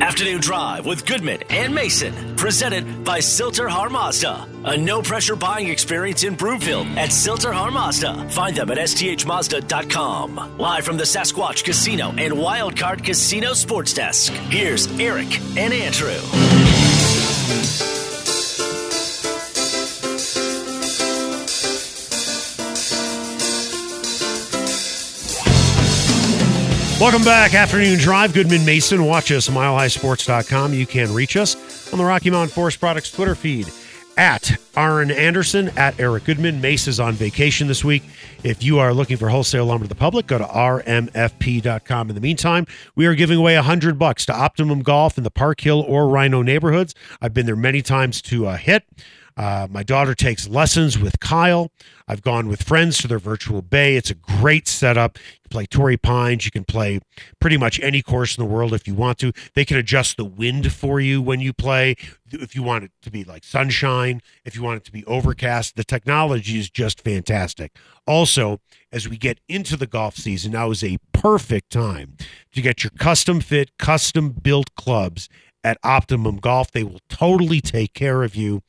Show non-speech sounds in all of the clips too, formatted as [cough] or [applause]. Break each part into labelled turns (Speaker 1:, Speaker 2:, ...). Speaker 1: Afternoon Drive with Goodman and Mason, presented by Silter Har Mazda. A no pressure buying experience in Broomfield at Silter Har Mazda. Find them at sthmazda.com. Live from the Sasquatch Casino and Wildcard Casino Sports Desk, here's Eric and Andrew.
Speaker 2: Welcome back. Afternoon Drive. Goodman Mason. Watch us, milehighsports.com. You can reach us on the Rocky Mountain Forest Products Twitter feed at Aaron Anderson, at Eric Goodman. Mace is on vacation this week. If you are looking for wholesale lumber to the public, go to rmfp.com. In the meantime, we are giving away 100 bucks to Optimum Golf in the Park Hill or Rhino neighborhoods. I've been there many times to uh, hit. Uh, my daughter takes lessons with Kyle. I've gone with friends to their virtual bay. It's a great setup. You can play Torrey Pines. You can play pretty much any course in the world if you want to. They can adjust the wind for you when you play. If you want it to be like sunshine, if you want it to be overcast, the technology is just fantastic. Also, as we get into the golf season, now is a perfect time to get your custom fit, custom built clubs at Optimum Golf. They will totally take care of you.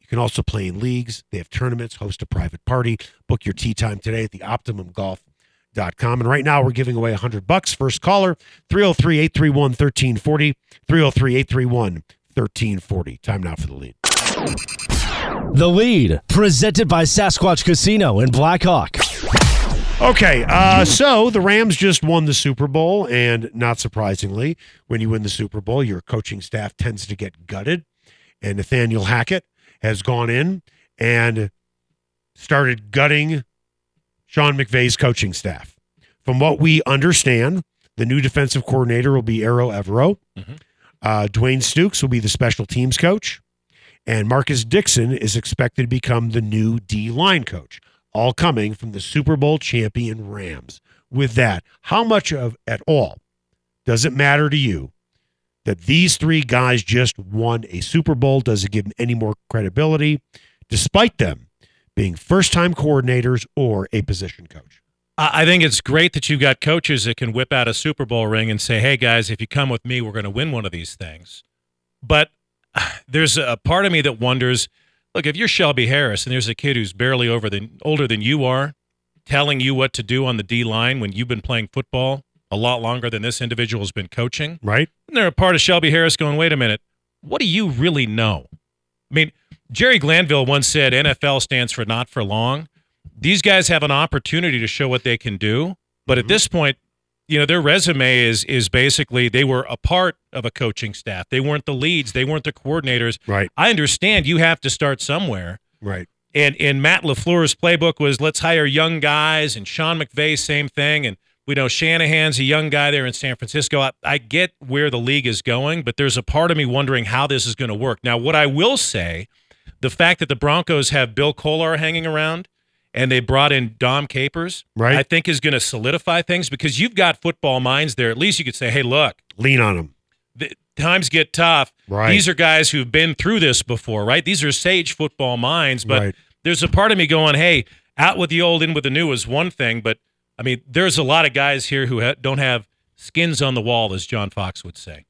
Speaker 2: You can also play in leagues. They have tournaments, host a private party. Book your tea time today at the optimumgolf.com. And right now we're giving away 100 bucks. First caller 303-831-1340, 303-831-1340. Time now for the lead.
Speaker 3: The Lead, presented by Sasquatch Casino in Blackhawk.
Speaker 2: Okay, uh, so the Rams just won the Super Bowl, and not surprisingly, when you win the Super Bowl, your coaching staff tends to get gutted. And Nathaniel Hackett has gone in and started gutting Sean McVay's coaching staff. From what we understand, the new defensive coordinator will be Arrow Evero.
Speaker 4: Mhm.
Speaker 2: Uh, Dwayne Stukes will be the special teams coach. And Marcus Dixon is expected to become the new D line coach, all coming from the Super Bowl champion Rams. With that, how much of at all does it matter to you that these three guys just won a Super Bowl? Does it give them any more credibility, despite them being first time coordinators or a position coach?
Speaker 4: I I think it's great that you've got coaches that can whip out a Super Bowl ring and say, hey, guys, if you come with me, we're going to win one of these things. But [sighs] there's a part of me that wonders look, if you're Shelby Harris and there's a kid who's barely over than, older than you are telling you what to do on the D line when you've been playing football a lot longer than this individual's been coaching,
Speaker 2: Right?
Speaker 4: and they're a part of Shelby Harris going, wait a minute, what do you really know? I mean, Jerry Glanville once said NFL stands for not for long. These guys have an opportunity to show what they can do, but at this point, you know, their resume is is basically they were a part of a coaching staff. They weren't the leads, they weren't the coordinators.
Speaker 2: Right.
Speaker 4: I understand you have to start somewhere.
Speaker 2: Right.
Speaker 4: And and Matt LaFleur's playbook was let's hire young guys and Sean McVay, same thing. And we know Shanahan's a young guy there in San Francisco. I, I get where the league is going, but there's a part of me wondering how this is going to work. Now, what I will say, the fact that the Broncos have Bill Kolar hanging around and they brought in Dom Capers,
Speaker 2: Right.
Speaker 4: I think is going to solidify things because you've got football minds there. At least you could say, hey, look,
Speaker 2: Lean on them.
Speaker 4: the times get tough.
Speaker 2: Right.
Speaker 4: These are guys who've been through this before, right? These are sage football minds, but
Speaker 2: Right.
Speaker 4: there's a part of me going, "Hey, out with the old, in with the new" is one thing, but I mean, there's a lot of guys here who ha- don't have skins on the wall, as John Fox would say.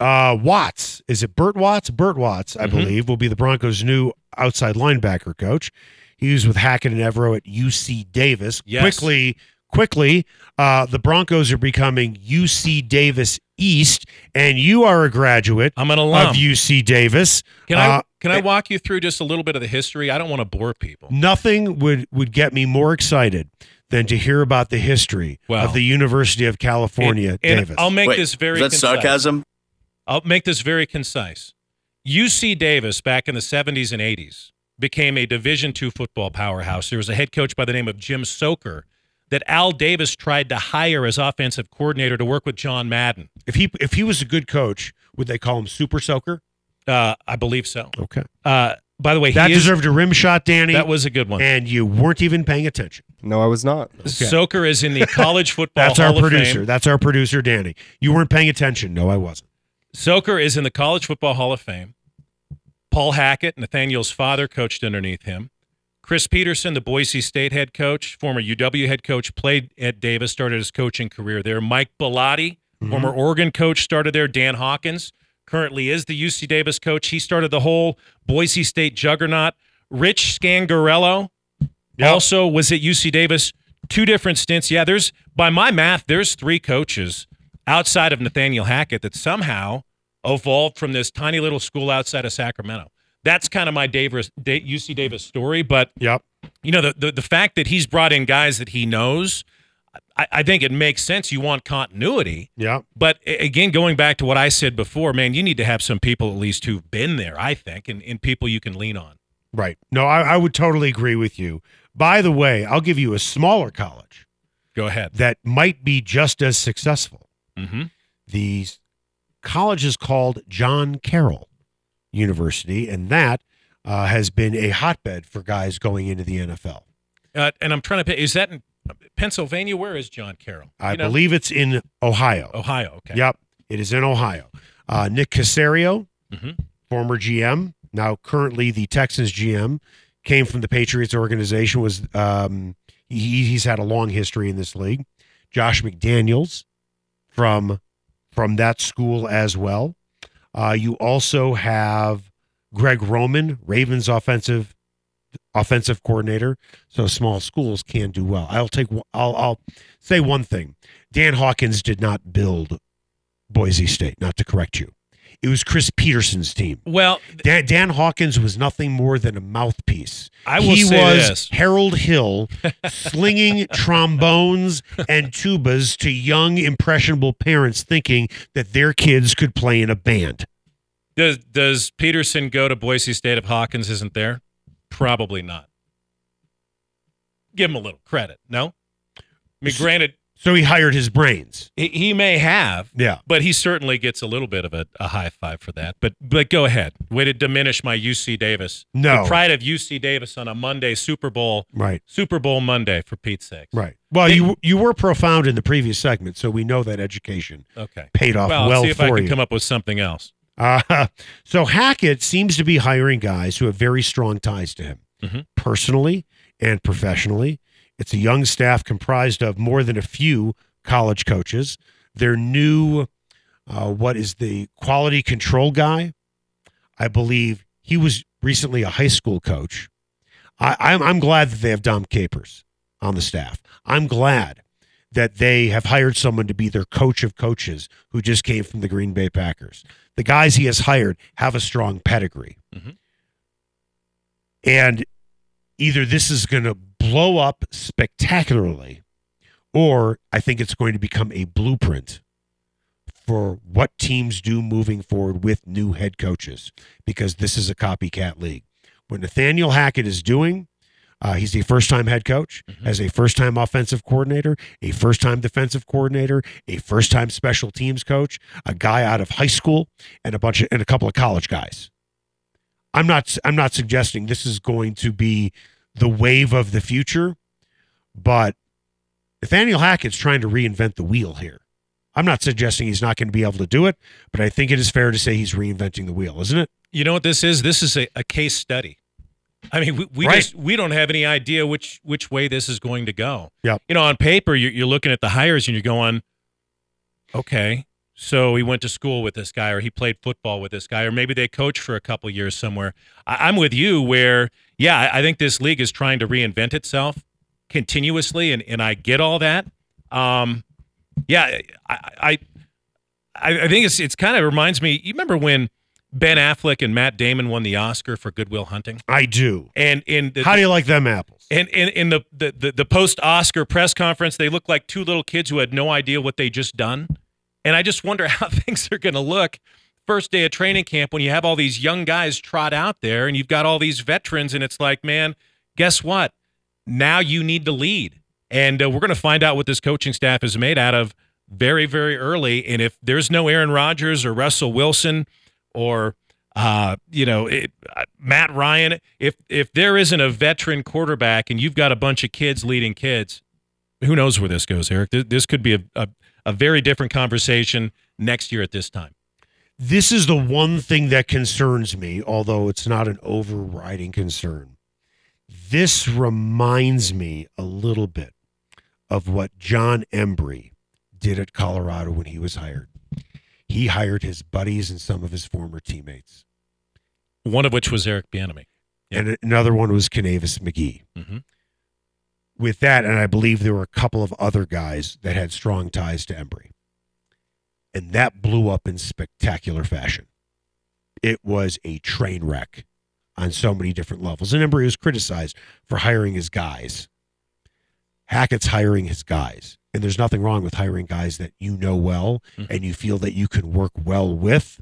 Speaker 2: Uh, Watts. Is it Burt Watts? Burt Watts, I
Speaker 4: Mhm.
Speaker 2: believe, will be the Broncos' new outside linebacker coach. He was with Hackett and Evero at UC Davis.
Speaker 4: Yes.
Speaker 2: Quickly, quickly, uh, the Broncos are becoming UC Davis East, and you are a graduate
Speaker 4: I'm an alum.
Speaker 2: of UC Davis.
Speaker 4: can I
Speaker 2: uh,
Speaker 4: can I
Speaker 2: it-
Speaker 4: walk you through just a little bit of the history? I don't want to bore people.
Speaker 2: Nothing would would get me more excited than to hear about the history
Speaker 4: Wow.
Speaker 2: of the University of California,
Speaker 4: And- and um,
Speaker 2: Davis.
Speaker 4: I'll make
Speaker 5: Wait,
Speaker 4: this very
Speaker 5: is that
Speaker 4: concise.
Speaker 5: sarcasm?
Speaker 4: I'll make this very concise. UC Davis back in the 70s and 80s became a Division II football powerhouse. There was a head coach by the name of Jim Soker that Al Davis tried to hire as offensive coordinator to work with John Madden.
Speaker 2: if he if he was a good coach, would they call him Super Soaker?
Speaker 4: Uh, I believe so.
Speaker 2: Okay.
Speaker 4: Uh, by the way,
Speaker 2: That
Speaker 4: he is,
Speaker 2: deserved a rim shot, Danny.
Speaker 4: that was a good one.
Speaker 2: and you weren't even paying attention.
Speaker 6: No, I was not.
Speaker 4: Soker
Speaker 2: [laughs]
Speaker 4: is in the college football
Speaker 2: That's
Speaker 4: Hall
Speaker 2: our
Speaker 4: of
Speaker 2: producer.
Speaker 4: Fame.
Speaker 2: That's our producer, Danny. You weren't paying attention. No, I wasn't.
Speaker 4: Soker is in the college football Hall of Fame. Paul Hackett, Nathaniel's father, coached underneath him. Chris Peterson, the Boise State head coach, former UW head coach, played at Davis, started his coaching career there. Mike Bellotti,
Speaker 2: Mm-hmm.
Speaker 4: Former Oregon coach started there. Dan Hawkins currently is the UC Davis coach. He started the whole Boise State juggernaut. Rich Scangarello also was at UC Davis. Two different stints. Yeah, there's by my math, there's three coaches outside of Nathaniel Hackett that somehow evolved from this tiny little school outside of Sacramento. That's kind of my Davis, Da- UC Davis story, but
Speaker 2: Yep.
Speaker 4: you know the, the the fact that he's brought in guys that he knows I, I think it makes sense you want continuity
Speaker 2: Yep.
Speaker 4: but a- again going back to what i said before man you need to have some people at least who've been there i think and, and people you can lean on
Speaker 2: Right. No, I, I would totally agree with you. By the way, I'll give you a smaller college
Speaker 4: go ahead
Speaker 2: that might be just as successful.
Speaker 4: mm-hmm.
Speaker 2: The college is called John Carroll University, and that uh, has been a hotbed for guys going into the NFL.
Speaker 4: uh, and i'm trying to pi- is that in pennsylvania where is john carroll
Speaker 2: I
Speaker 4: You know?
Speaker 2: believe it's in Ohio.
Speaker 4: ohio okay
Speaker 2: Yep, it is in Ohio. Uh, Nick Casario,
Speaker 4: Mhm.
Speaker 2: former GM, now currently the Texans GM, came from the Patriots organization. Was um, he, he's had a long history in this league. Josh McDaniels from from that school as well. Uh, you also have Greg Roman, Ravens offensive offensive coordinator. So small schools can do well. I'll take. one- I'll I'll say one thing. Dan Hawkins did not build Boise State. Not to correct you, it was Chris Peterson's team.
Speaker 4: well
Speaker 2: Dan, Dan Hawkins was nothing more than a mouthpiece.
Speaker 4: I will
Speaker 2: he
Speaker 4: say
Speaker 2: was
Speaker 4: this.
Speaker 2: Harold
Speaker 4: [laughs]
Speaker 2: Hill slinging trombones and tubas to young impressionable parents, thinking that their kids could play in a band.
Speaker 4: does does peterson go to boise state if hawkins isn't there probably not give him a little credit no i mean granted
Speaker 2: So he hired his brains.
Speaker 4: he, he may have
Speaker 2: Yeah.
Speaker 4: But he certainly gets a little bit of a, a high five for that. But but go ahead. Way to diminish my UC Davis.
Speaker 2: No.
Speaker 4: The pride of UC Davis on a Monday Super Bowl
Speaker 2: Right.
Speaker 4: Super Bowl Monday for Pete's sake.
Speaker 2: Right. Well, you you were profound in the previous segment, so we know that education
Speaker 4: Okay.
Speaker 2: paid off
Speaker 4: Well,
Speaker 2: well,
Speaker 4: I'll see if
Speaker 2: for
Speaker 4: I can
Speaker 2: you.
Speaker 4: come up with something else.
Speaker 2: Uh, [laughs] so Hackett seems to be hiring guys who have very strong ties to him,
Speaker 4: Mhm.
Speaker 2: personally and professionally. It's a young staff comprised of more than a few college coaches. Their new, uh, what is the quality control guy? I believe he was recently a high school coach. I, I'm, I'm glad that they have Dom Capers on the staff. I'm glad that they have hired someone to be their coach of coaches who just came from the Green Bay Packers. The guys he has hired have a strong pedigree.
Speaker 4: Mhm.
Speaker 2: And either this is going to blow up spectacularly, or I think it's going to become a blueprint for what teams do moving forward with new head coaches because this is a copycat league. What Nathaniel Hackett is doing, uh, he's a first time head coach, as a first time offensive coordinator, a first time defensive coordinator, a first time special teams coach, a guy out of high school, and a bunch of, and a couple of college guys. I'm not I'm not suggesting this is going to be the wave of the future, but Nathaniel Hackett's trying to reinvent the wheel here. I'm not suggesting he's not going to be able to do it, but I think it is fair to say he's reinventing the wheel, isn't it?
Speaker 4: You know what this is? This is a, a case study. I mean, we, we
Speaker 2: Right.
Speaker 4: just we don't have any idea which which way this is going to go.
Speaker 2: Yep.
Speaker 4: You know, on paper, you're, you're looking at the hires and you're going, okay, so he went to school with this guy, or he played football with this guy, or maybe they coached for a couple years somewhere. I, I'm with you where, yeah, I, I think this league is trying to reinvent itself continuously, and and I get all that. Um, yeah, I, I, I I think it's it's kind of reminds me. You remember when Ben Affleck and Matt Damon won the Oscar for Goodwill Hunting,
Speaker 2: I do.
Speaker 4: and in the,
Speaker 2: How do you like them apples?
Speaker 4: and in, in the the, the, the post Oscar press conference, they look like two little kids who had no idea what they just done. And I just wonder [laughs] how things are going to look first day of training camp when you have all these young guys trot out there and you've got all these veterans, and it's like, man, guess what? Now you need to lead, and uh, we're going to find out what this coaching staff is made out of very very early. And if there's no Aaron Rodgers or Russell Wilson or uh, you know, it, uh, Matt Ryan. If if there isn't a veteran quarterback and you've got a bunch of kids leading kids, who knows where this goes, Eric? Th- This could be a, a, a very different conversation next year at this time.
Speaker 2: this is the one thing that concerns me, although it's not an overriding concern. This reminds me a little bit of what John Embry did at Colorado when he was hired. He hired his buddies and some of his former teammates.
Speaker 4: One of which was Eric Bieniemy. Yeah.
Speaker 2: And another one was Canavis McGee.
Speaker 4: Mm-hmm.
Speaker 2: With that, and I believe there were a couple of other guys that had strong ties to Embry. And that blew up in spectacular fashion. It was a train wreck on so many different levels. And Embry was criticized for hiring his guys. Hackett's hiring his guys. And there's nothing wrong with hiring guys that you know well
Speaker 4: Mhm.
Speaker 2: and you feel that you can work well with.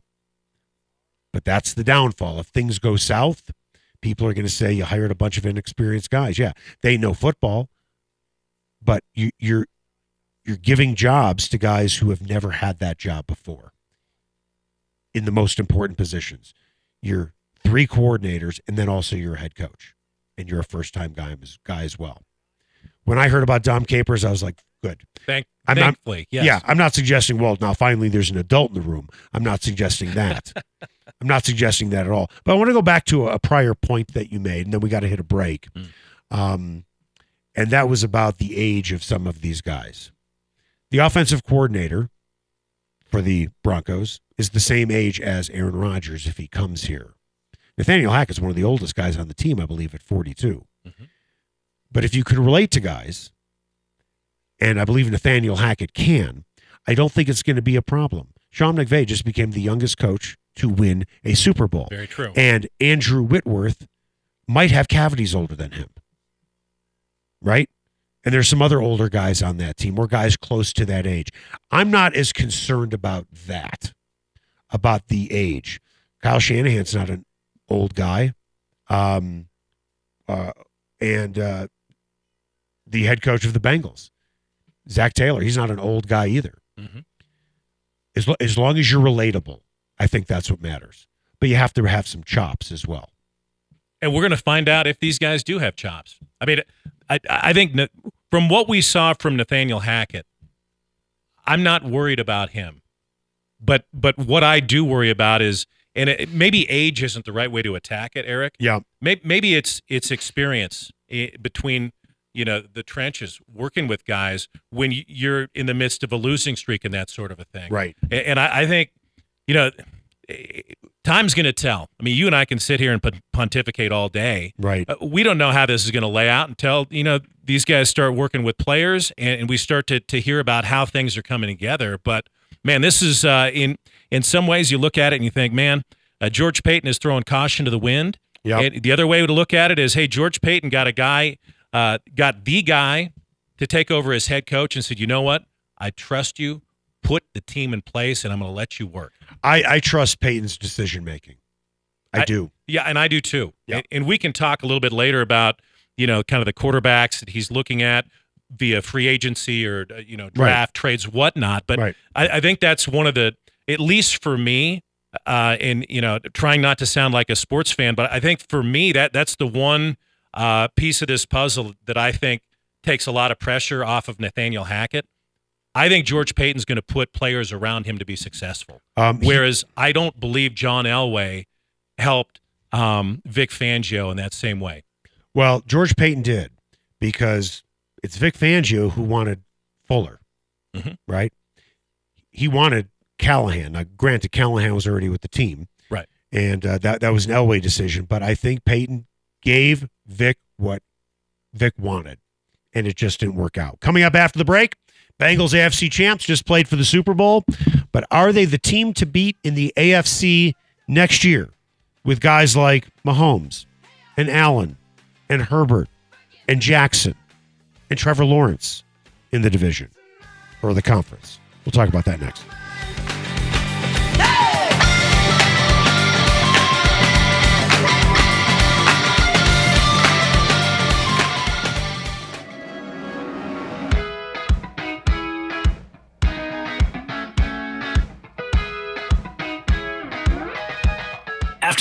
Speaker 2: But that's the downfall. If things go south, people are going to say you hired a bunch of inexperienced guys. Yeah, they know football, but you, you're you're giving jobs to guys who have never had that job before in the most important positions. You're three coordinators, and then also you're a head coach, and you're a first time guy, guy as well. When I heard about Dom Capers, I was like, good.
Speaker 4: Thank,
Speaker 2: I'm not-
Speaker 4: thankfully, yes.
Speaker 2: Yeah, I'm not suggesting, well, now finally there's an adult in the room. I'm not suggesting
Speaker 4: [laughs]
Speaker 2: that. I'm not suggesting that at all. But I want to go back to a, a prior point that you made, and then we got to hit a break.
Speaker 4: Mm.
Speaker 2: Um, and that was about the age of some of these guys. The offensive coordinator for the Broncos is the same age as Aaron Rodgers if he comes here. Nathaniel Hackett's one of the oldest guys on the team, I believe, at 42.
Speaker 4: Mhm.
Speaker 2: But if you can relate to guys, and I believe Nathaniel Hackett can, I don't think it's going to be a problem. Sean McVay just became the youngest coach to win a Super Bowl.
Speaker 4: Very true.
Speaker 2: And Andrew Whitworth might have cavities older than him. Right? And there's some other older guys on that team or guys close to that age. I'm not as concerned about that, about the age. Kyle Shanahan's not an old guy. Um, uh, and uh, the head coach of the Bengals, Zach Taylor, he's not an old guy either.
Speaker 4: Mhm.
Speaker 2: As, lo- as long as you're relatable, I think that's what matters but you have to have some chops as well.
Speaker 4: and we're going to find out if these guys do have chops. I mean, I I think Na- from what we saw from Nathaniel Hackett, I'm not worried about him, but but what I do worry about is, and it, maybe age isn't the right way to attack it, Eric.
Speaker 2: Yeah.
Speaker 4: Maybe, maybe it's it's experience eh, between you know the trenches, working with guys when y- you're in the midst of a losing streak and that sort of a thing.
Speaker 2: Right.
Speaker 4: A- And I, I think, you know, eh, time's going to tell. I mean, you and I can sit here and pon- pontificate all day.
Speaker 2: Right.
Speaker 4: Uh, We don't know how this is going to lay out until, you know, these guys start working with players and, and we start to, to hear about how things are coming together. But man, this is uh, in in some ways you look at it and you think, man, uh, George Payton is throwing caution to the wind.
Speaker 2: Yep.
Speaker 4: And the other way to look at it is, hey, George Payton got a guy, uh, got the guy to take over as head coach and said, you know what? I trust you. Put the team in place, and I'm going to let you work.
Speaker 2: I, I trust Peyton's decision making. I,
Speaker 4: I-
Speaker 2: do.
Speaker 4: Yeah, and I do too.
Speaker 2: Yeah.
Speaker 4: And, and we can talk a little bit later about you know kind of the quarterbacks that he's looking at via free agency or uh, you know draft trades whatnot. But
Speaker 2: Right.
Speaker 4: I, I think that's one of the at least for me. Uh, and you know, trying not to sound like a sports fan, but I think for me that that's the one uh, piece of this puzzle that I think takes a lot of pressure off of Nathaniel Hackett. I think George Payton's going to put players around him to be successful.
Speaker 2: Um, he-
Speaker 4: Whereas I don't believe John Elway helped um, Vic Fangio in that same way.
Speaker 2: well, George Payton did because it's Vic Fangio who wanted Fuller,
Speaker 4: Mhm.
Speaker 2: right? He wanted Callahan. Now, granted, Callahan was already with the team,
Speaker 4: Right.
Speaker 2: And uh, that that was an Elway decision, but I think Payton gave Vic what Vic wanted, and it just didn't work out. Coming up after the break, Bengals AFC champs just played for the Super Bowl, but are they the team to beat in the AFC next year with guys like Mahomes and Allen and Herbert and Jackson and Trevor Lawrence in the division or the conference? We'll talk about that next.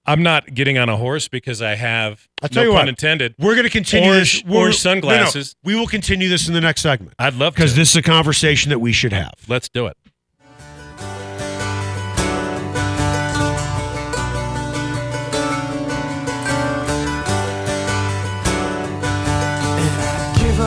Speaker 4: I'm not getting on a horse because I have
Speaker 2: I'll tell
Speaker 4: no
Speaker 2: you
Speaker 4: pun
Speaker 2: what.
Speaker 4: intended.
Speaker 2: We're going to continue
Speaker 4: Orange-
Speaker 2: this. we're-
Speaker 4: orange sunglasses.
Speaker 2: no, no, we will continue this in the next segment
Speaker 4: I'd love to.
Speaker 2: because this is a conversation that we should have.
Speaker 4: Let's do it.
Speaker 7: Give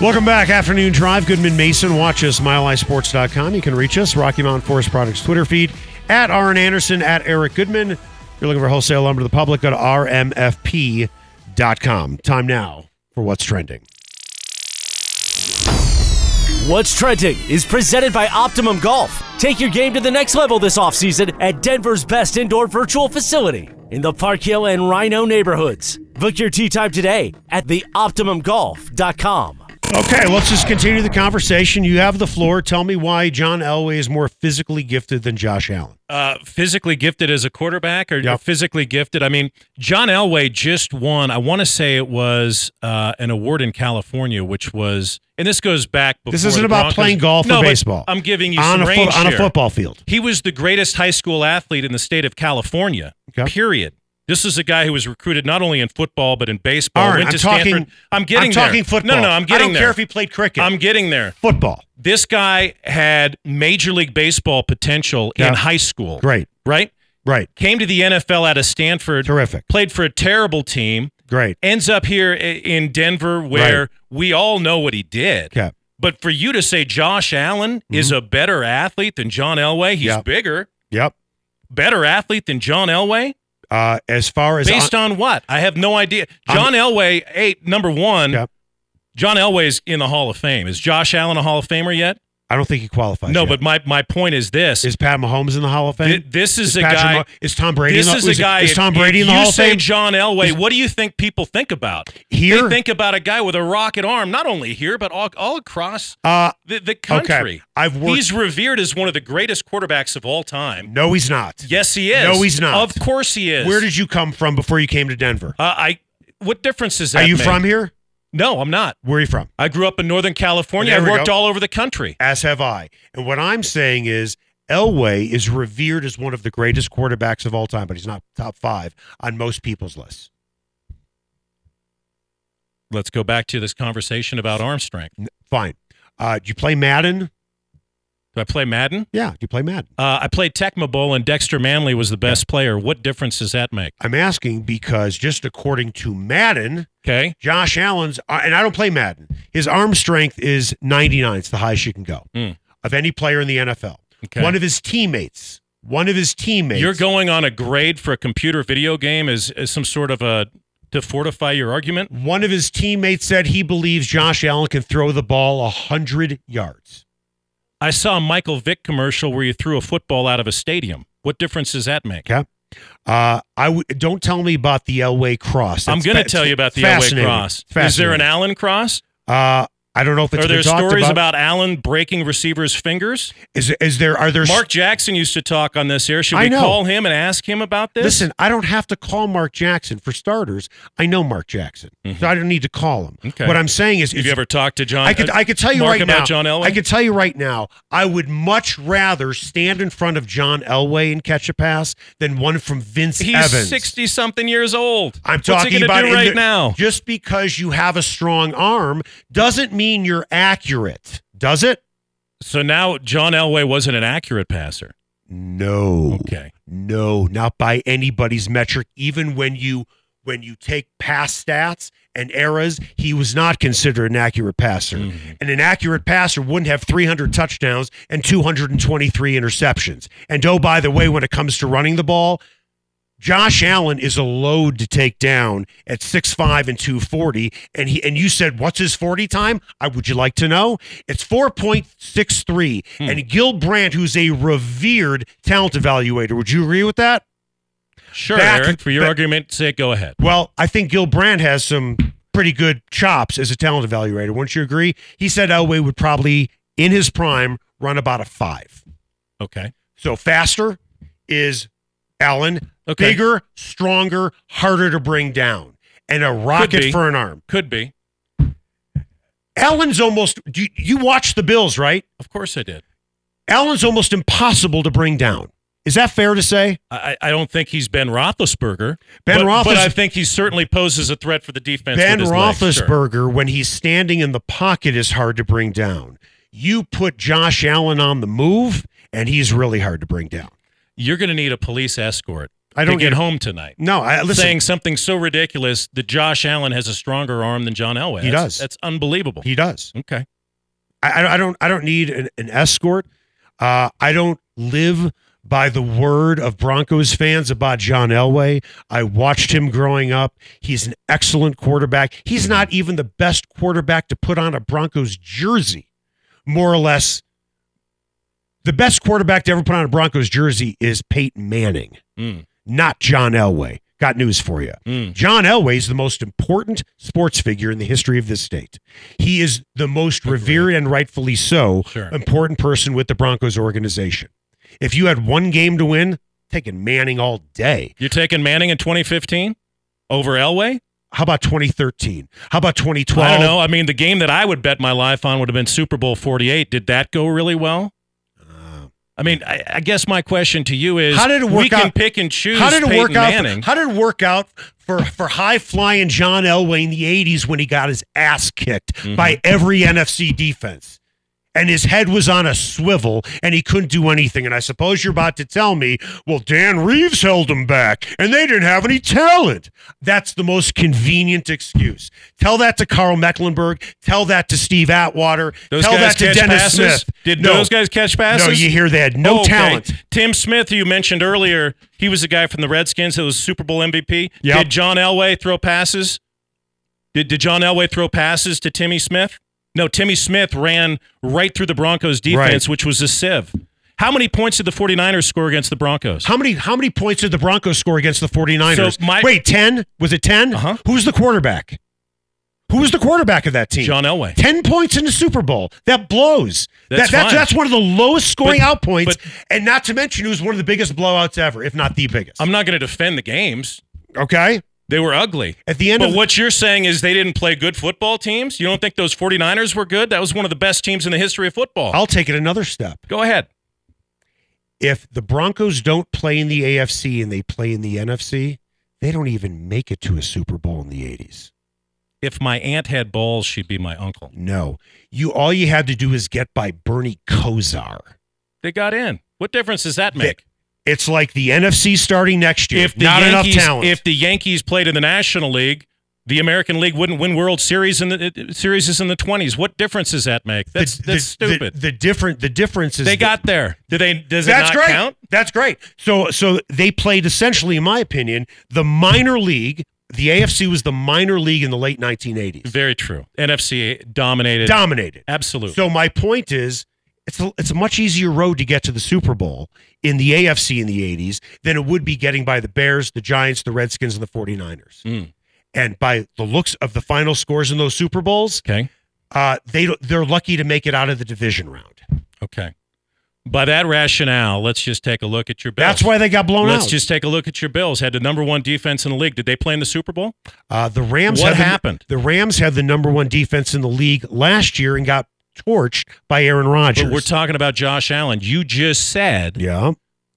Speaker 8: Welcome back, Afternoon Drive. Goodman Mason. Watch us, milehighsports.com. You can reach us, Rocky Mountain Forest Products Twitter feed, at Arn Anderson, at Eric Goodman. If you're looking for wholesale lumber to the public, go to rmfp.com. Time now for What's Trending.
Speaker 3: What's Trending is presented by Optimum Golf. Take your game to the next level this offseason at Denver's best indoor virtual facility in the Park Hill and Rhino neighborhoods. Book your tee time today at theoptimumgolf.com.
Speaker 2: Okay, let's just continue the conversation. You have the floor. Tell me why John Elway is more physically gifted than Josh Allen.
Speaker 4: uh, physically gifted as a quarterback or,
Speaker 2: Yeah.
Speaker 4: or physically gifted. I mean, John Elway just won. I want to say it was uh, an award in California, which was, and this goes back. Before
Speaker 2: This isn't
Speaker 4: the
Speaker 2: about
Speaker 4: Broncos-
Speaker 2: playing golf or
Speaker 4: No, but
Speaker 2: baseball.
Speaker 4: I'm giving you
Speaker 2: on
Speaker 4: some
Speaker 2: a
Speaker 4: range
Speaker 2: on a
Speaker 4: here.
Speaker 2: football field.
Speaker 4: He was the greatest high school athlete in the state of California.
Speaker 2: Okay.
Speaker 4: Period. This is a guy who was recruited not only in football but in baseball.
Speaker 2: All right,
Speaker 4: went
Speaker 2: I'm
Speaker 4: to
Speaker 2: talking.
Speaker 4: Oh, Stanford. I'm getting
Speaker 2: I'm
Speaker 4: there.
Speaker 2: talking football.
Speaker 4: No, no, no, I'm getting
Speaker 2: I don't
Speaker 4: there.
Speaker 2: care if he played cricket.
Speaker 4: I'm getting there.
Speaker 2: football.
Speaker 4: This guy had major league baseball potential
Speaker 2: Yeah.
Speaker 4: in high school.
Speaker 2: Great,
Speaker 4: Right?
Speaker 2: right,
Speaker 4: Came to the NFL out of Stanford.
Speaker 2: terrific,
Speaker 4: Played for a terrible team.
Speaker 2: great.
Speaker 4: Ends up here i- in Denver where we all know what he did.
Speaker 2: Okay.
Speaker 4: But for you to say Josh Allen is a better athlete than John Elway, he's
Speaker 2: Mm-hmm. Yeah.
Speaker 4: bigger,
Speaker 2: Yep.
Speaker 4: better athlete than John Elway?
Speaker 2: Uh, as far as
Speaker 4: Based on, what? I have no idea. John Elway, eight, number one.
Speaker 2: Yeah.
Speaker 4: John Elway's in the Hall of Fame. Is Josh Allen a Hall of Famer yet?
Speaker 2: I don't think he qualifies.
Speaker 4: No,
Speaker 2: yet.
Speaker 4: but my, my point is this.
Speaker 2: is Pat Mahomes in the Hall of Fame?
Speaker 4: Th- this is,
Speaker 2: Is
Speaker 4: a
Speaker 2: Patrick
Speaker 4: guy.
Speaker 2: Mah- is Tom Brady
Speaker 4: This
Speaker 2: in the-
Speaker 4: is a
Speaker 2: is-
Speaker 4: guy.
Speaker 2: is Tom
Speaker 4: if-
Speaker 2: Brady
Speaker 4: if
Speaker 2: in the
Speaker 4: you
Speaker 2: Hall of
Speaker 4: say
Speaker 2: Fame?
Speaker 4: John Elway. What do you think people think about?
Speaker 2: Here?
Speaker 4: they think about a guy with a rocket arm, not only here but all, all across
Speaker 2: Uh,
Speaker 4: the, the country.
Speaker 2: okay. I've worked.
Speaker 4: He's revered as one of the greatest quarterbacks of all time.
Speaker 2: no, he's not.
Speaker 4: Yes, he is.
Speaker 2: No, he's not.
Speaker 4: Of course, he is.
Speaker 2: Where did you come from before you came to Denver?
Speaker 4: uh, I? What difference does that?
Speaker 2: Are you
Speaker 4: make?
Speaker 2: from here?
Speaker 4: No, I'm not.
Speaker 2: Where are you from?
Speaker 4: I grew up in Northern California.
Speaker 2: There
Speaker 4: I
Speaker 2: we
Speaker 4: worked
Speaker 2: go.
Speaker 4: all over the country.
Speaker 2: As have I. And what I'm saying is Elway is revered as one of the greatest quarterbacks of all time, but he's not top five on most people's lists.
Speaker 4: Let's go back to this conversation about arm strength.
Speaker 2: N- Fine. Uh, do you play Madden?
Speaker 4: Do I play Madden?
Speaker 2: Yeah, do you play Madden?
Speaker 4: Uh, I played Tecmo Bowl, and Dexter Manley was the best player. What difference does that make?
Speaker 2: I'm asking because just according to Madden,
Speaker 4: Okay.
Speaker 2: Josh Allen's, uh, and I don't play Madden, his arm strength is 99. It's the highest you can go
Speaker 4: Mm.
Speaker 2: of any player in the NFL.
Speaker 4: Okay.
Speaker 2: One of his teammates, one of his teammates.
Speaker 4: You're going on a grade for a computer video game as, as some sort of a to fortify your argument.
Speaker 2: One of his teammates said he believes Josh Allen can throw the ball 100 yards.
Speaker 4: I saw a Michael Vick commercial where you threw a football out of a stadium. What difference does that make?
Speaker 2: Okay. Uh, I w- don't tell me about the Elway cross.
Speaker 4: I'm
Speaker 2: That's
Speaker 4: going to
Speaker 2: fa-
Speaker 4: tell you about the Elway
Speaker 2: fascinating.
Speaker 4: cross. Is there an
Speaker 2: Fascinating.
Speaker 4: Allen cross?
Speaker 2: Uh, I don't know if it's
Speaker 4: Are
Speaker 2: been
Speaker 4: there
Speaker 2: talked
Speaker 4: stories
Speaker 2: about.
Speaker 4: about Allen breaking receivers' fingers?
Speaker 2: Is is there are there s-
Speaker 4: Mark Jackson used to talk on this air. Should
Speaker 2: I
Speaker 4: we
Speaker 2: know.
Speaker 4: call him and ask him about this?
Speaker 2: Listen, I don't have to call Mark Jackson for starters. I know Mark Jackson, so I don't need to call him.
Speaker 4: Mm-hmm. Okay.
Speaker 2: What I'm saying is,
Speaker 4: Have
Speaker 2: if-
Speaker 4: you ever talked to John?
Speaker 2: I could
Speaker 4: uh,
Speaker 2: I could tell you
Speaker 4: Mark
Speaker 2: right
Speaker 4: about
Speaker 2: now.
Speaker 4: John Elway?
Speaker 2: I could tell you right now. I would much rather stand in front of John Elway and catch a pass than one from Vince
Speaker 4: He's
Speaker 2: Evans.
Speaker 4: 60 something years old.
Speaker 2: I'm
Speaker 4: What's
Speaker 2: talking
Speaker 4: he gonna
Speaker 2: about
Speaker 4: do
Speaker 2: in
Speaker 4: right
Speaker 2: the-
Speaker 4: now.
Speaker 2: Just because you have a strong arm doesn't mean you're accurate, does it?
Speaker 4: So now John Elway wasn't an accurate passer.
Speaker 2: No.
Speaker 4: Okay.
Speaker 2: No, not by anybody's metric. Even when you when you take pass stats and eras, he was not considered an accurate passer. And an accurate passer wouldn't have 300 touchdowns and 223 interceptions. And oh, by the way, when it comes to running the ball, Josh Allen is a load to take down at 6'5 and 240. And he and you said, what's his 40 time? I would you like to know? It's 4.63. And Gil Brandt, who's a revered talent evaluator, would you agree with that?
Speaker 4: Sure,
Speaker 2: Back-
Speaker 4: Eric, for your
Speaker 2: back-
Speaker 4: argument's sake, go ahead.
Speaker 2: Well, I think Gil Brandt has some pretty good chops as a talent evaluator. Wouldn't you agree? He said Elway would probably, in his prime, run about a five.
Speaker 4: Okay.
Speaker 2: So faster is Allen,
Speaker 4: Okay.
Speaker 2: bigger, stronger, harder to bring down, and a
Speaker 4: be.
Speaker 2: rocket for an arm.
Speaker 4: Could be.
Speaker 2: Allen's almost. You, you watch the Bills, right?
Speaker 4: Of course I did.
Speaker 2: Allen's almost impossible to bring down. Is that fair to say?
Speaker 4: I, I I don't think he's Ben Roethlisberger.
Speaker 2: Ben
Speaker 4: but,
Speaker 2: Roethlis-
Speaker 4: but I think he certainly poses a threat for the defense.
Speaker 2: Ben
Speaker 4: with his legs, sure.
Speaker 2: Roethlisberger, when he's standing in the pocket, is hard to bring down. You put Josh Allen on the move, and he's really hard to bring down.
Speaker 4: You're going to need a police escort
Speaker 2: I don't
Speaker 4: to get
Speaker 2: get-
Speaker 4: home tonight.
Speaker 2: No, I listen.
Speaker 4: Saying something so ridiculous that Josh Allen has a stronger arm than John Elway.
Speaker 2: He
Speaker 4: That's-
Speaker 2: does.
Speaker 4: That's unbelievable.
Speaker 2: he does.
Speaker 4: okay.
Speaker 2: I, I- I don't. I don't need an, an escort. Uh, I don't live by the word of Broncos fans about John Elway. I watched him growing up. He's an excellent quarterback. He's not even the best quarterback to put on a Broncos jersey, more or less. The best quarterback to ever put on a Broncos jersey is Peyton Manning,
Speaker 4: Mm.
Speaker 2: not John Elway. Got news for you.
Speaker 4: Hmm.
Speaker 2: John Elway's the most important sports figure in the history of this state. He is the most revered and rightfully so
Speaker 4: Sure.
Speaker 2: important person with the Broncos organization. If you had one game to win, taking Manning all day.
Speaker 4: You're taking Manning in 2015 over Elway?
Speaker 2: How about 2013? How about 2012?
Speaker 4: I don't know. I mean, the game that I would bet my life on would have been Super Bowl 48. Did that go really well? I mean, I, I guess my question to you is
Speaker 2: Uh, How did it
Speaker 4: We
Speaker 2: work
Speaker 4: can
Speaker 2: out-
Speaker 4: pick and choose.
Speaker 2: How did it
Speaker 4: Peyton
Speaker 2: work out?
Speaker 4: Manning.
Speaker 2: How did it work out for for high flying John Elway in the '80s when he got his ass kicked
Speaker 4: Mm-hmm.
Speaker 2: by every NFC defense, and his head was on a swivel and he couldn't do anything? And I suppose you're about to tell me, well, Dan Reeves held him back and they didn't have any talent. That's the most convenient excuse. Tell that to Carl Mecklenburg. Tell that to Steve Atwater.
Speaker 4: Those
Speaker 2: tell
Speaker 4: guys
Speaker 2: that to
Speaker 4: catch
Speaker 2: Dennis
Speaker 4: passes?
Speaker 2: Smith.
Speaker 4: Did
Speaker 2: no,
Speaker 4: those guys catch passes?
Speaker 2: No, you hear they had no
Speaker 4: Oh, okay.
Speaker 2: talent.
Speaker 4: Tim Smith, who you mentioned earlier, he was the guy from the Redskins that was Super Bowl MVP.
Speaker 2: Yep.
Speaker 4: Did John Elway throw passes? Did, did John Elway throw passes to Timmy Smith? No, Timmy Smith ran right through the Broncos defense,
Speaker 2: Right.
Speaker 4: which was a sieve. How many points did the 49ers score against the Broncos?
Speaker 2: How many how many points did the Broncos score against the 49ers?
Speaker 4: So my-
Speaker 2: Wait, 10? Was it 10?
Speaker 4: Uh-huh.
Speaker 2: Who's the quarterback? Who was the quarterback of that team?
Speaker 4: John Elway.
Speaker 2: 10 points in the Super Bowl. That blows. that,
Speaker 4: That's
Speaker 2: that's,
Speaker 4: fine.
Speaker 2: that's one of the lowest scoring
Speaker 4: But-
Speaker 2: out points.
Speaker 4: but-
Speaker 2: and not to mention, it was one of the biggest blowouts ever, if not the biggest.
Speaker 4: I'm not going to defend the games.
Speaker 2: okay?
Speaker 4: They were ugly.
Speaker 2: At the end
Speaker 4: But
Speaker 2: of
Speaker 4: what you're saying is they didn't play good football teams? You don't think those 49ers were good? That was one of the best teams in the history of football.
Speaker 2: I'll take it another step.
Speaker 4: Go ahead.
Speaker 2: If the Broncos don't play in the AFC and they play in the NFC, they don't even make it to a Super Bowl in the 80s.
Speaker 4: If my aunt had balls, she'd be my uncle.
Speaker 2: No. You all you had to do is get by Bernie Kosar.
Speaker 4: They got in. What difference does that make?
Speaker 2: It's like the NFC starting next year. not
Speaker 4: Yankees,
Speaker 2: enough talent.
Speaker 4: if the Yankees played in the National League, the American League wouldn't win World Series in the uh, series is in the twenties. What difference does that make?
Speaker 2: The-
Speaker 4: That's
Speaker 2: the-
Speaker 4: that's
Speaker 2: the-
Speaker 4: stupid.
Speaker 2: The, different the difference is
Speaker 4: they got there. Do they? Does
Speaker 2: that's
Speaker 4: it not
Speaker 2: great.
Speaker 4: count?
Speaker 2: That's great. So so they played essentially, in my opinion, the minor league. The AFC was the minor league in the late 1980s.
Speaker 4: Very true. NFC dominated.
Speaker 2: Dominated.
Speaker 4: Absolutely.
Speaker 2: So my point is, it's a, it's a much easier road to get to the Super Bowl in the AFC in the 80s than it would be getting by the Bears, the Giants, the Redskins, and the 49ers.
Speaker 4: Mm.
Speaker 2: And by the looks of the final scores in those Super Bowls,
Speaker 4: okay.
Speaker 2: uh, they don't- they're lucky to make it out of the division round.
Speaker 4: Okay. By that rationale, let's just take a look at your Bills.
Speaker 2: That's why they got blown
Speaker 4: Let's
Speaker 2: out.
Speaker 4: just take a look at your Bills. Had the number one defense in the league. Did they play in the Super Bowl?
Speaker 2: uh, the Rams.
Speaker 4: What
Speaker 2: had the-
Speaker 4: happened?
Speaker 2: The, Rams had the number one defense in the league last year and got torched by Aaron Rodgers.
Speaker 4: But we're talking about Josh Allen. You just said
Speaker 2: yeah,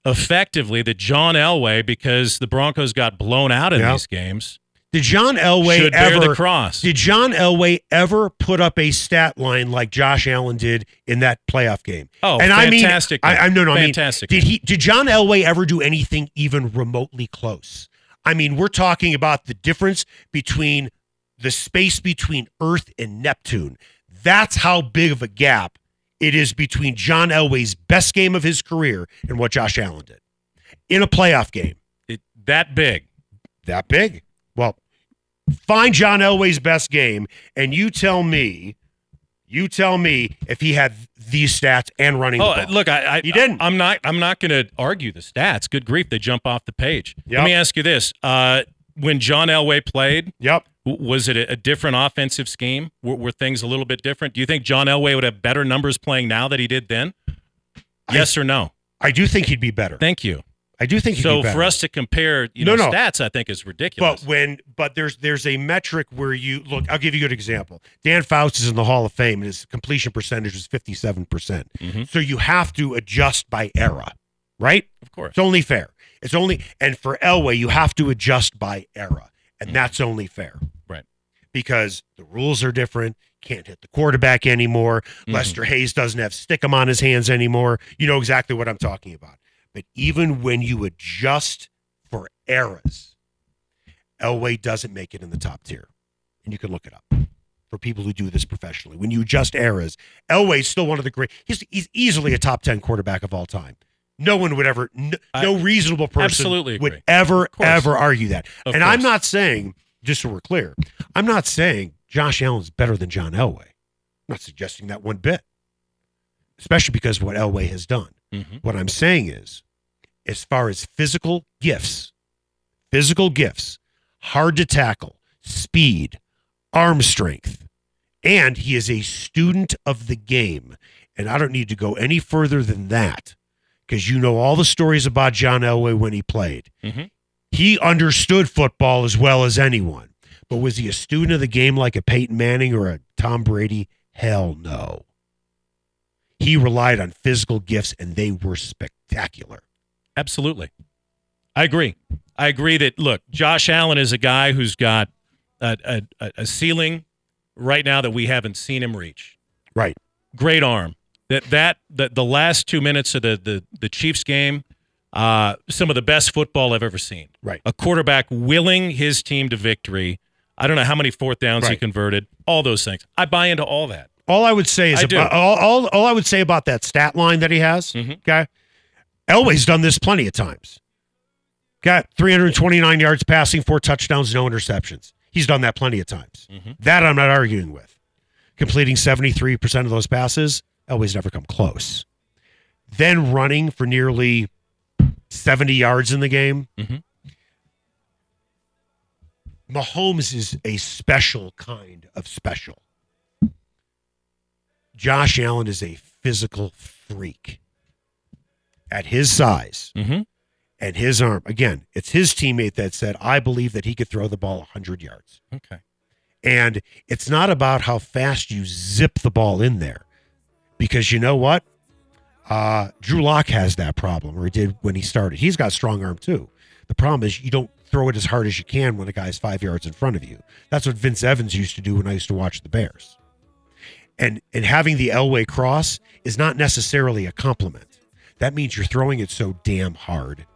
Speaker 4: effectively that John Elway, because the Broncos got blown out in
Speaker 2: Yeah.
Speaker 4: these games,
Speaker 2: did John Elway
Speaker 4: should
Speaker 2: ever
Speaker 4: bear the cross.
Speaker 2: Did John Elway ever put up a stat line like Josh Allen did in that playoff game?
Speaker 4: Oh,
Speaker 2: and
Speaker 4: fantastic
Speaker 2: I mean, I, I no, no,
Speaker 4: Fantastic
Speaker 2: I mean, did he? Did John Elway ever do anything even remotely close? I mean, we're talking about the difference between the space between Earth and Neptune. That's how big of a gap it is between John Elway's best game of his career and what Josh Allen did in a playoff game.
Speaker 4: It- that big.
Speaker 2: That big? Well, find John Elway's best game, and you tell me, you tell me if he had these stats and running. the
Speaker 4: Oh,
Speaker 2: ball.
Speaker 4: look, I, I
Speaker 2: He didn't.
Speaker 4: I'm not. I'm not going to argue the stats. Good grief, they jump off the page.
Speaker 2: Yep.
Speaker 4: Let me ask you this: uh, When John Elway played,
Speaker 2: Yep.
Speaker 4: w- was it a, a different offensive scheme? Were, were things a little bit different? Do you think John Elway would have better numbers playing now that he did then?
Speaker 2: I-
Speaker 4: Yes or no?
Speaker 2: I do think he'd be better.
Speaker 4: Thank you.
Speaker 2: I do think he'd be
Speaker 4: So
Speaker 2: better.
Speaker 4: for us to compare, you
Speaker 2: No,
Speaker 4: know,
Speaker 2: no.
Speaker 4: stats, I think is ridiculous.
Speaker 2: but when but there's there's a metric where you look. I'll give you a good example. Dan Fouts is in the Hall of Fame, and his completion percentage was fifty seven percent.
Speaker 4: Mhm.
Speaker 2: So you have to adjust by era, right?
Speaker 4: of course.
Speaker 2: It's only fair. It's only and for Elway, you have to adjust by era, and that's only fair.
Speaker 4: Right.
Speaker 2: Because the rules are different. Can't hit the quarterback anymore. Lester Hayes doesn't have stick 'em on his hands anymore. You know exactly what I'm talking about. But even when you adjust for eras, Elway doesn't make it in the top tier. And you can look it up for people who do this professionally. When you adjust eras, Elway's still one of the great. He's, he's easily a top 10 quarterback of all time. No one would ever, no,
Speaker 4: I
Speaker 2: no reasonable person
Speaker 4: absolutely agree.
Speaker 2: would ever,
Speaker 4: course.
Speaker 2: ever argue that.
Speaker 4: Of
Speaker 2: and I'm
Speaker 4: course.
Speaker 2: not saying, just so we're clear, I'm not saying Josh Allen's better than John Elway. I'm not suggesting that one bit, especially because of what Elway has done.
Speaker 4: Mhm.
Speaker 2: What I'm saying is, as far as physical gifts, physical gifts, hard to tackle, speed, arm strength, and he is a student of the game. And I don't need to go any further than that because you know all the stories about John Elway when he played.
Speaker 4: Mhm.
Speaker 2: He understood football as well as anyone. But was he a student of the game like a Peyton Manning or a Tom Brady? Hell no. He relied on physical gifts and they were spectacular.
Speaker 4: Absolutely. I agree. I agree that, look, Josh Allen is a guy who's got a, a, a- a ceiling right now that we haven't seen him reach.
Speaker 2: Right.
Speaker 4: Great arm. That, that, the, the last two minutes of the, the, the Chiefs game, uh, some of the best football I've ever seen.
Speaker 2: Right.
Speaker 4: A quarterback willing his team to victory. I don't know how many fourth downs he
Speaker 2: Right.
Speaker 4: converted, all those things. I buy into all that.
Speaker 2: All I would say is
Speaker 4: I do.
Speaker 2: about, all, all, all I would say about that stat line that he has.
Speaker 4: Mhm.
Speaker 2: Okay. Elway's done this plenty of times. Got 329 yards passing, four touchdowns, no interceptions. He's done that plenty of times.
Speaker 4: Mm-hmm.
Speaker 2: That I'm not arguing with. Completing 73% of those passes, Elway's never come close. Then running for nearly 70 yards in the game.
Speaker 4: Mhm.
Speaker 2: Mahomes is a special kind of special. Josh Allen is a physical freak. At his size
Speaker 4: Mhm.
Speaker 2: and his arm, again, it's his teammate that said, I believe that he could throw the ball 100 yards.
Speaker 4: Okay.
Speaker 2: And it's not about how fast you zip the ball in there. Because you know what? Uh, Drew Lock has that problem, or he did when he started. He's got strong arm too. The problem is you don't throw it as hard as you can when a guy's five yards in front of you. That's what Vince Evans used to do when I used to watch the Bears. And and having the Elway cross is not necessarily a compliment. That means you're throwing it so damn hard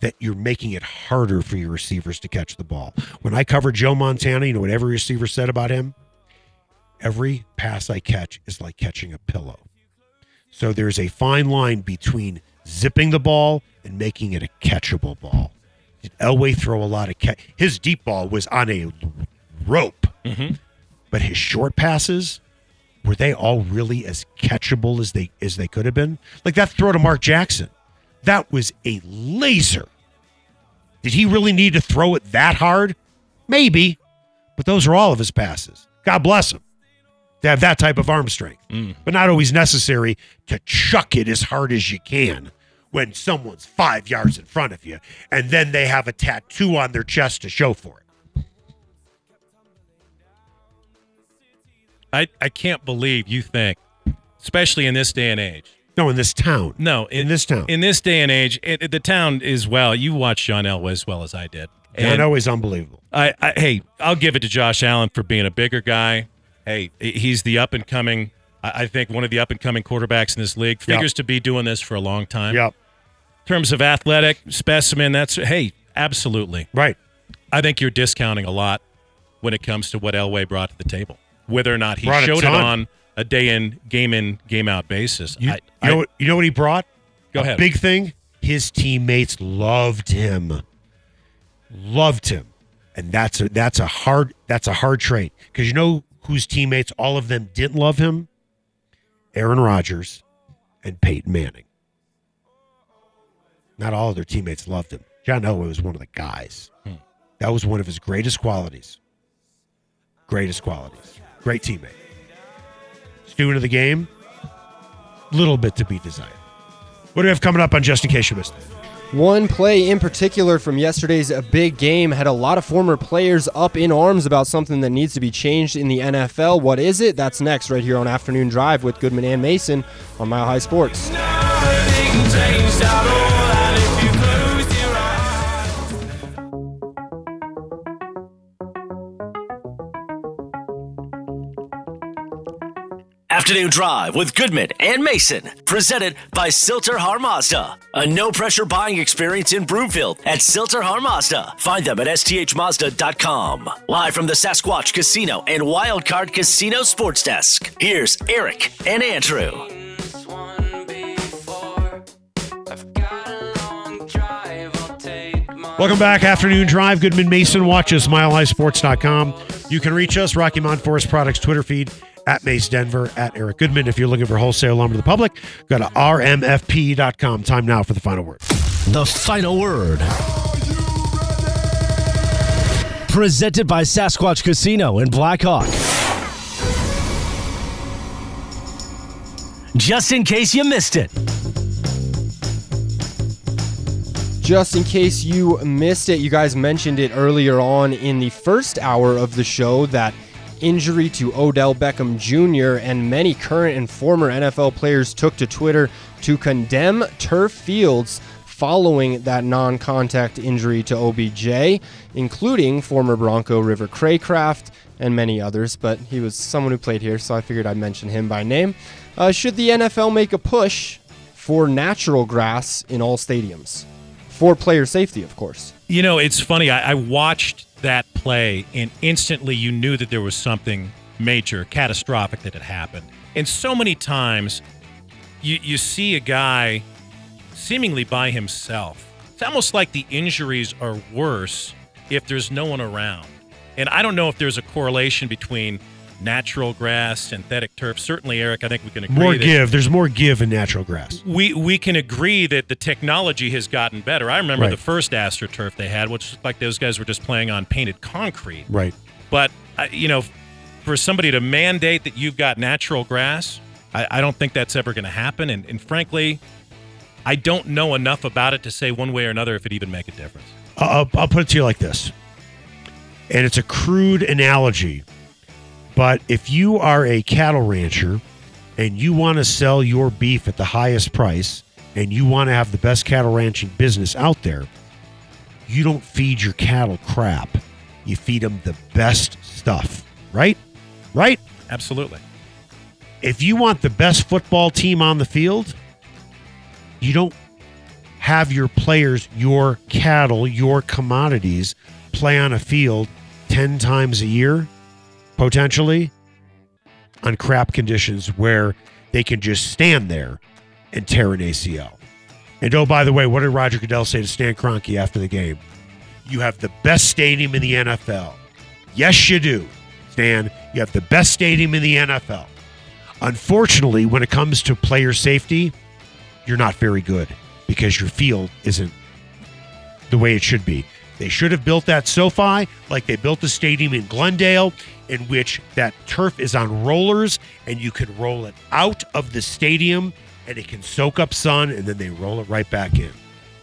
Speaker 2: that you're making it harder for your receivers to catch the ball. When I covered Joe Montana, you know what every receiver said about him? Every pass I catch is like catching a pillow. So there's a fine line between zipping the ball and making it a catchable ball. Did Elway throw a lot of catch? His deep ball was on a rope, but his short passes were they all really as catchable as they as they could have been? Like that throw to Mark Jackson, that was a laser. Did he really need to throw it that hard? Maybe, but those are all of his passes. God bless him to have that type of arm strength,
Speaker 4: Mm.
Speaker 2: but not always necessary to chuck it as hard as you can when someone's five yards in front of you, and then they have a tattoo on their chest to show for it.
Speaker 4: I, I can't believe you think, especially in this day and age,
Speaker 2: No, in this town.
Speaker 4: No,
Speaker 2: In this town.
Speaker 4: In this day and age, it, it- the town is well. You watched John Elway as well as I did.
Speaker 2: John
Speaker 4: And
Speaker 2: Elway's unbelievable.
Speaker 4: I, I, hey, I'll give it to Josh Allen for being a bigger guy. Hey, he- he's the up and coming. I I think one of the up and coming quarterbacks in this league figures to be doing this for a long time.
Speaker 2: Yep.
Speaker 4: In terms of athletic specimen, that's hey, absolutely.
Speaker 2: Right.
Speaker 4: I think you're discounting a lot when it comes to what Elway brought to the table, whether or not he
Speaker 2: Brought a
Speaker 4: showed it
Speaker 2: ton.
Speaker 4: on a day in, game in, game out basis.
Speaker 2: You,
Speaker 4: I,
Speaker 2: you know, what, you know what he brought?
Speaker 4: Go
Speaker 2: A
Speaker 4: ahead.
Speaker 2: Big thing. His teammates loved him. Loved him, and that's a that's a hard that's a hard trait because you know whose teammates all of them didn't love him. Aaron Rodgers and Peyton Manning. Not all of their teammates loved him. John Elway was one of the guys.
Speaker 4: Hmm.
Speaker 2: That was one of his greatest qualities. Greatest qualities. Great teammate. Student of the game. Little bit to be desired. What do we have coming up on Just in Case You Missed It?
Speaker 6: One play in particular from yesterday's big game had a lot of former players up in arms about something that needs to be changed in the NFL. What is it? That's next, right here on Afternoon Drive with Goodman and Mason on Mile High Sports.
Speaker 1: Afternoon Drive with Goodman and Mason, presented by Silter Har Mazda. A no pressure buying experience in Broomfield at Silter Har Mazda. Find them at sthmazda.com. Live from the Sasquatch Casino and Wildcard Casino Sports Desk, here's Eric and Andrew.
Speaker 7: This one before. I've got a long drive. I'll take my
Speaker 8: Welcome back, Afternoon Drive. Goodman Mason. Watch us, milehighsports.com. You can reach us, Rocky Mountain Forest Products Twitter feed, at Mace Denver, at Eric Goodman. If you're looking for wholesale lumber to the public, go to rmfp.com. Time now for the final word.
Speaker 1: The final word
Speaker 3: presented by Sasquatch Casino in Blackhawk. Just in case you missed it.
Speaker 6: Just in case you missed it, you guys mentioned it earlier on in the first hour of the show that injury to Odell Beckham Jr. and many current and former NFL players took to Twitter to condemn turf fields following that non contact injury to OBJ, including former Bronco River Craycraft and many others, but he was someone who played here, so I figured I'd mention him by name. Uh, should the NFL make a push for natural grass in all stadiums? for player safety, of course.
Speaker 4: You know, it's funny. I, I watched that play, and instantly you knew that there was something major, catastrophic that had happened. And so many times, you you see a guy seemingly by himself. It's almost like the injuries are worse if there's no one around. And I don't know if there's a correlation between natural grass, synthetic turf. Certainly, Eric, I think we can agree.
Speaker 2: More
Speaker 4: that-
Speaker 2: give. There's more give in natural grass.
Speaker 4: we we can agree that the technology has gotten better. I remember
Speaker 2: Right.
Speaker 4: the first AstroTurf they had, which was like those guys were just playing on painted concrete.
Speaker 2: Right.
Speaker 4: But I- you know, for somebody to mandate that you've got natural grass, I, I don't think that's ever going to happen. And, and frankly, I don't know enough about it to say one way or another if it even make a difference.
Speaker 2: I'll, I'll put it to you like this, and it's a crude analogy, but if you are a cattle rancher and you want to sell your beef at the highest price and you want to have the best cattle ranching business out there, you don't feed your cattle crap. You feed them the best stuff, right? Right?
Speaker 4: Absolutely.
Speaker 2: if you want the best football team on the field, you don't have your players, your cattle, your commodities play on a field 10 times a year, potentially, on crap conditions where they can just stand there and tear an ACL. And oh, by the way, what did Roger Goodell say to Stan Kroenke after the game? You have the best stadium in the NFL. Yes, you do, Stan. You have the best stadium in the NFL. Unfortunately, when it comes to player safety, you're not very good because your field isn't the way it should be. They should have built that SoFi like they built the stadium in Glendale, in which that turf is on rollers and you can roll it out of the stadium and it can soak up sun and then they roll it right back in.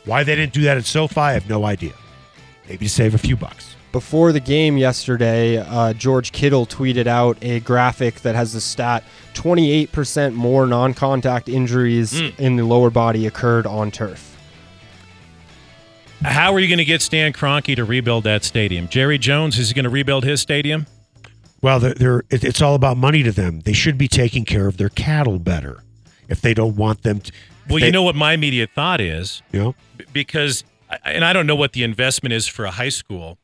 Speaker 2: Why they didn't do that at SoFi, I have no idea. Maybe to save a few bucks.
Speaker 6: Before the game yesterday, uh, George Kittle tweeted out a graphic that has the stat 28% more non contact injuries in the lower body occurred on turf.
Speaker 4: How are you going to get Stan Kroenke to rebuild that stadium? Jerry Jones is he going to rebuild his stadium?
Speaker 2: Well, they're, they're, it, it's all about money to them. They should be taking care of their cattle better if they don't want them to.
Speaker 4: Well,
Speaker 2: they-
Speaker 4: you know what my immediate thought is.
Speaker 2: you know,
Speaker 4: B- because and I don't know what the investment is for a high school,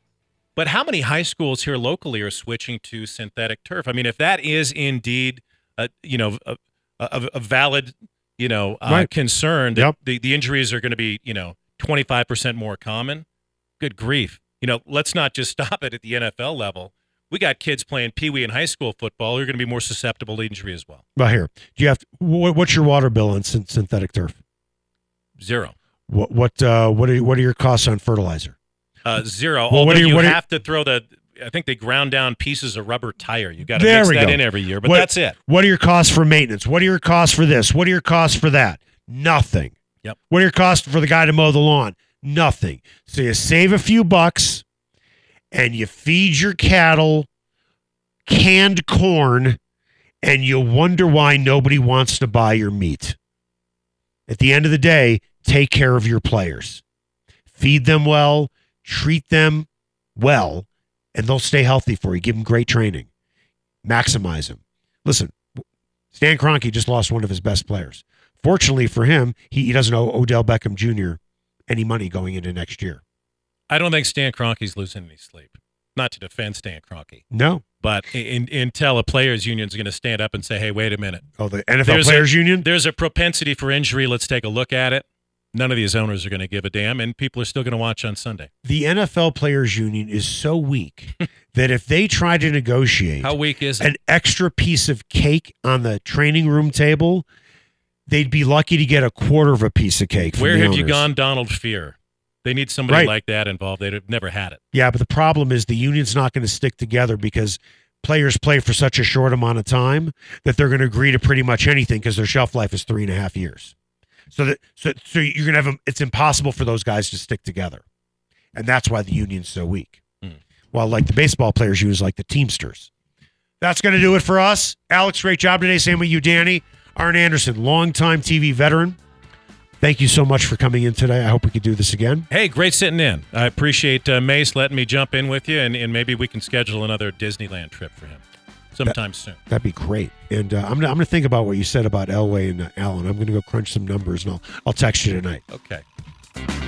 Speaker 4: but how many high schools here locally are switching to synthetic turf? I mean, if that is indeed a you know a, a, a valid you know uh,
Speaker 2: Right.
Speaker 4: concern that
Speaker 2: Yep.
Speaker 4: the, the injuries are going to be you know twenty five percent more common, good grief! You know, let's not just [laughs] stop it at the NFL level. We got kids playing pee wee in high school football. who are going to be more susceptible to injury as well.
Speaker 2: Well, here, do you have what, what's your water bill on syn- synthetic turf?
Speaker 4: Zero.
Speaker 2: What what uh, what are what are your costs on fertilizer?
Speaker 4: Uh, zero.
Speaker 2: Well, what
Speaker 4: Although
Speaker 2: do you-
Speaker 4: you,
Speaker 2: what do you-
Speaker 4: have to throw the. I think they ground down pieces of rubber tire. You got to
Speaker 2: There
Speaker 4: mix
Speaker 2: we
Speaker 4: that
Speaker 2: go.
Speaker 4: in every year, but
Speaker 2: What-
Speaker 4: that's it.
Speaker 2: What are your costs for maintenance? What are your costs for this? What are your costs for that? Nothing.
Speaker 4: Yep.
Speaker 2: What are your costs for the guy to mow the lawn? Nothing. So you save a few bucks, and you feed your cattle canned corn, and you wonder why nobody wants to buy your meat. At the end of the day, take care of your players. Feed them well, treat them well, and they'll stay healthy for you. Give them great training. Maximize them. Listen, Stan Kroenke just lost one of his best players. Fortunately for him, he, he doesn't owe Odell Beckham Jr. any money going into next year.
Speaker 4: I don't think Stan Kroenke's losing any sleep. Not to defend Stan Kroenke,
Speaker 2: No.
Speaker 4: but in, in, until a players' union is going to stand up and say, "Hey, wait a minute,
Speaker 2: Oh, the NFL
Speaker 4: There's a-
Speaker 2: Players Union?
Speaker 4: there's a propensity for injury. Let's take a look at it." None of these owners are going to give a damn, and people are still going to watch on Sunday.
Speaker 2: The NFL Players Union is so weak [laughs] that if they try to negotiate
Speaker 4: How weak is it?
Speaker 2: an extra piece of cake on the training room table, they'd be lucky to get a quarter of a piece of cake. From
Speaker 4: Where
Speaker 2: the
Speaker 4: have you
Speaker 2: owners.
Speaker 4: gone, Donald Fear? They need somebody
Speaker 2: Right.
Speaker 4: like that involved. They've never had it.
Speaker 2: Yeah, but the problem is the union's not going to stick together because players play for such a short amount of time that they're going to agree to pretty much anything because their shelf life is three and a half years. So that so so you're going to have a, it's impossible for those guys to stick together, and that's why the union's so weak. While like the baseball players use like the Teamsters. That's going to do it for us. Alex, great job today. Same with you, Danny. Arn Anderson, longtime TV veteran. Thank you so much for coming in today. I hope we could do this again.
Speaker 4: Hey, great sitting in. I appreciate uh, Mace letting me jump in with you, and, and maybe we can schedule another Disneyland trip for him sometime soon.
Speaker 2: That'd be great. And uh, I'm gonna I'm gonna think about what you said about Elway and uh, Allen. I'm gonna go crunch some numbers and I'll I'll text you tonight.
Speaker 4: Okay.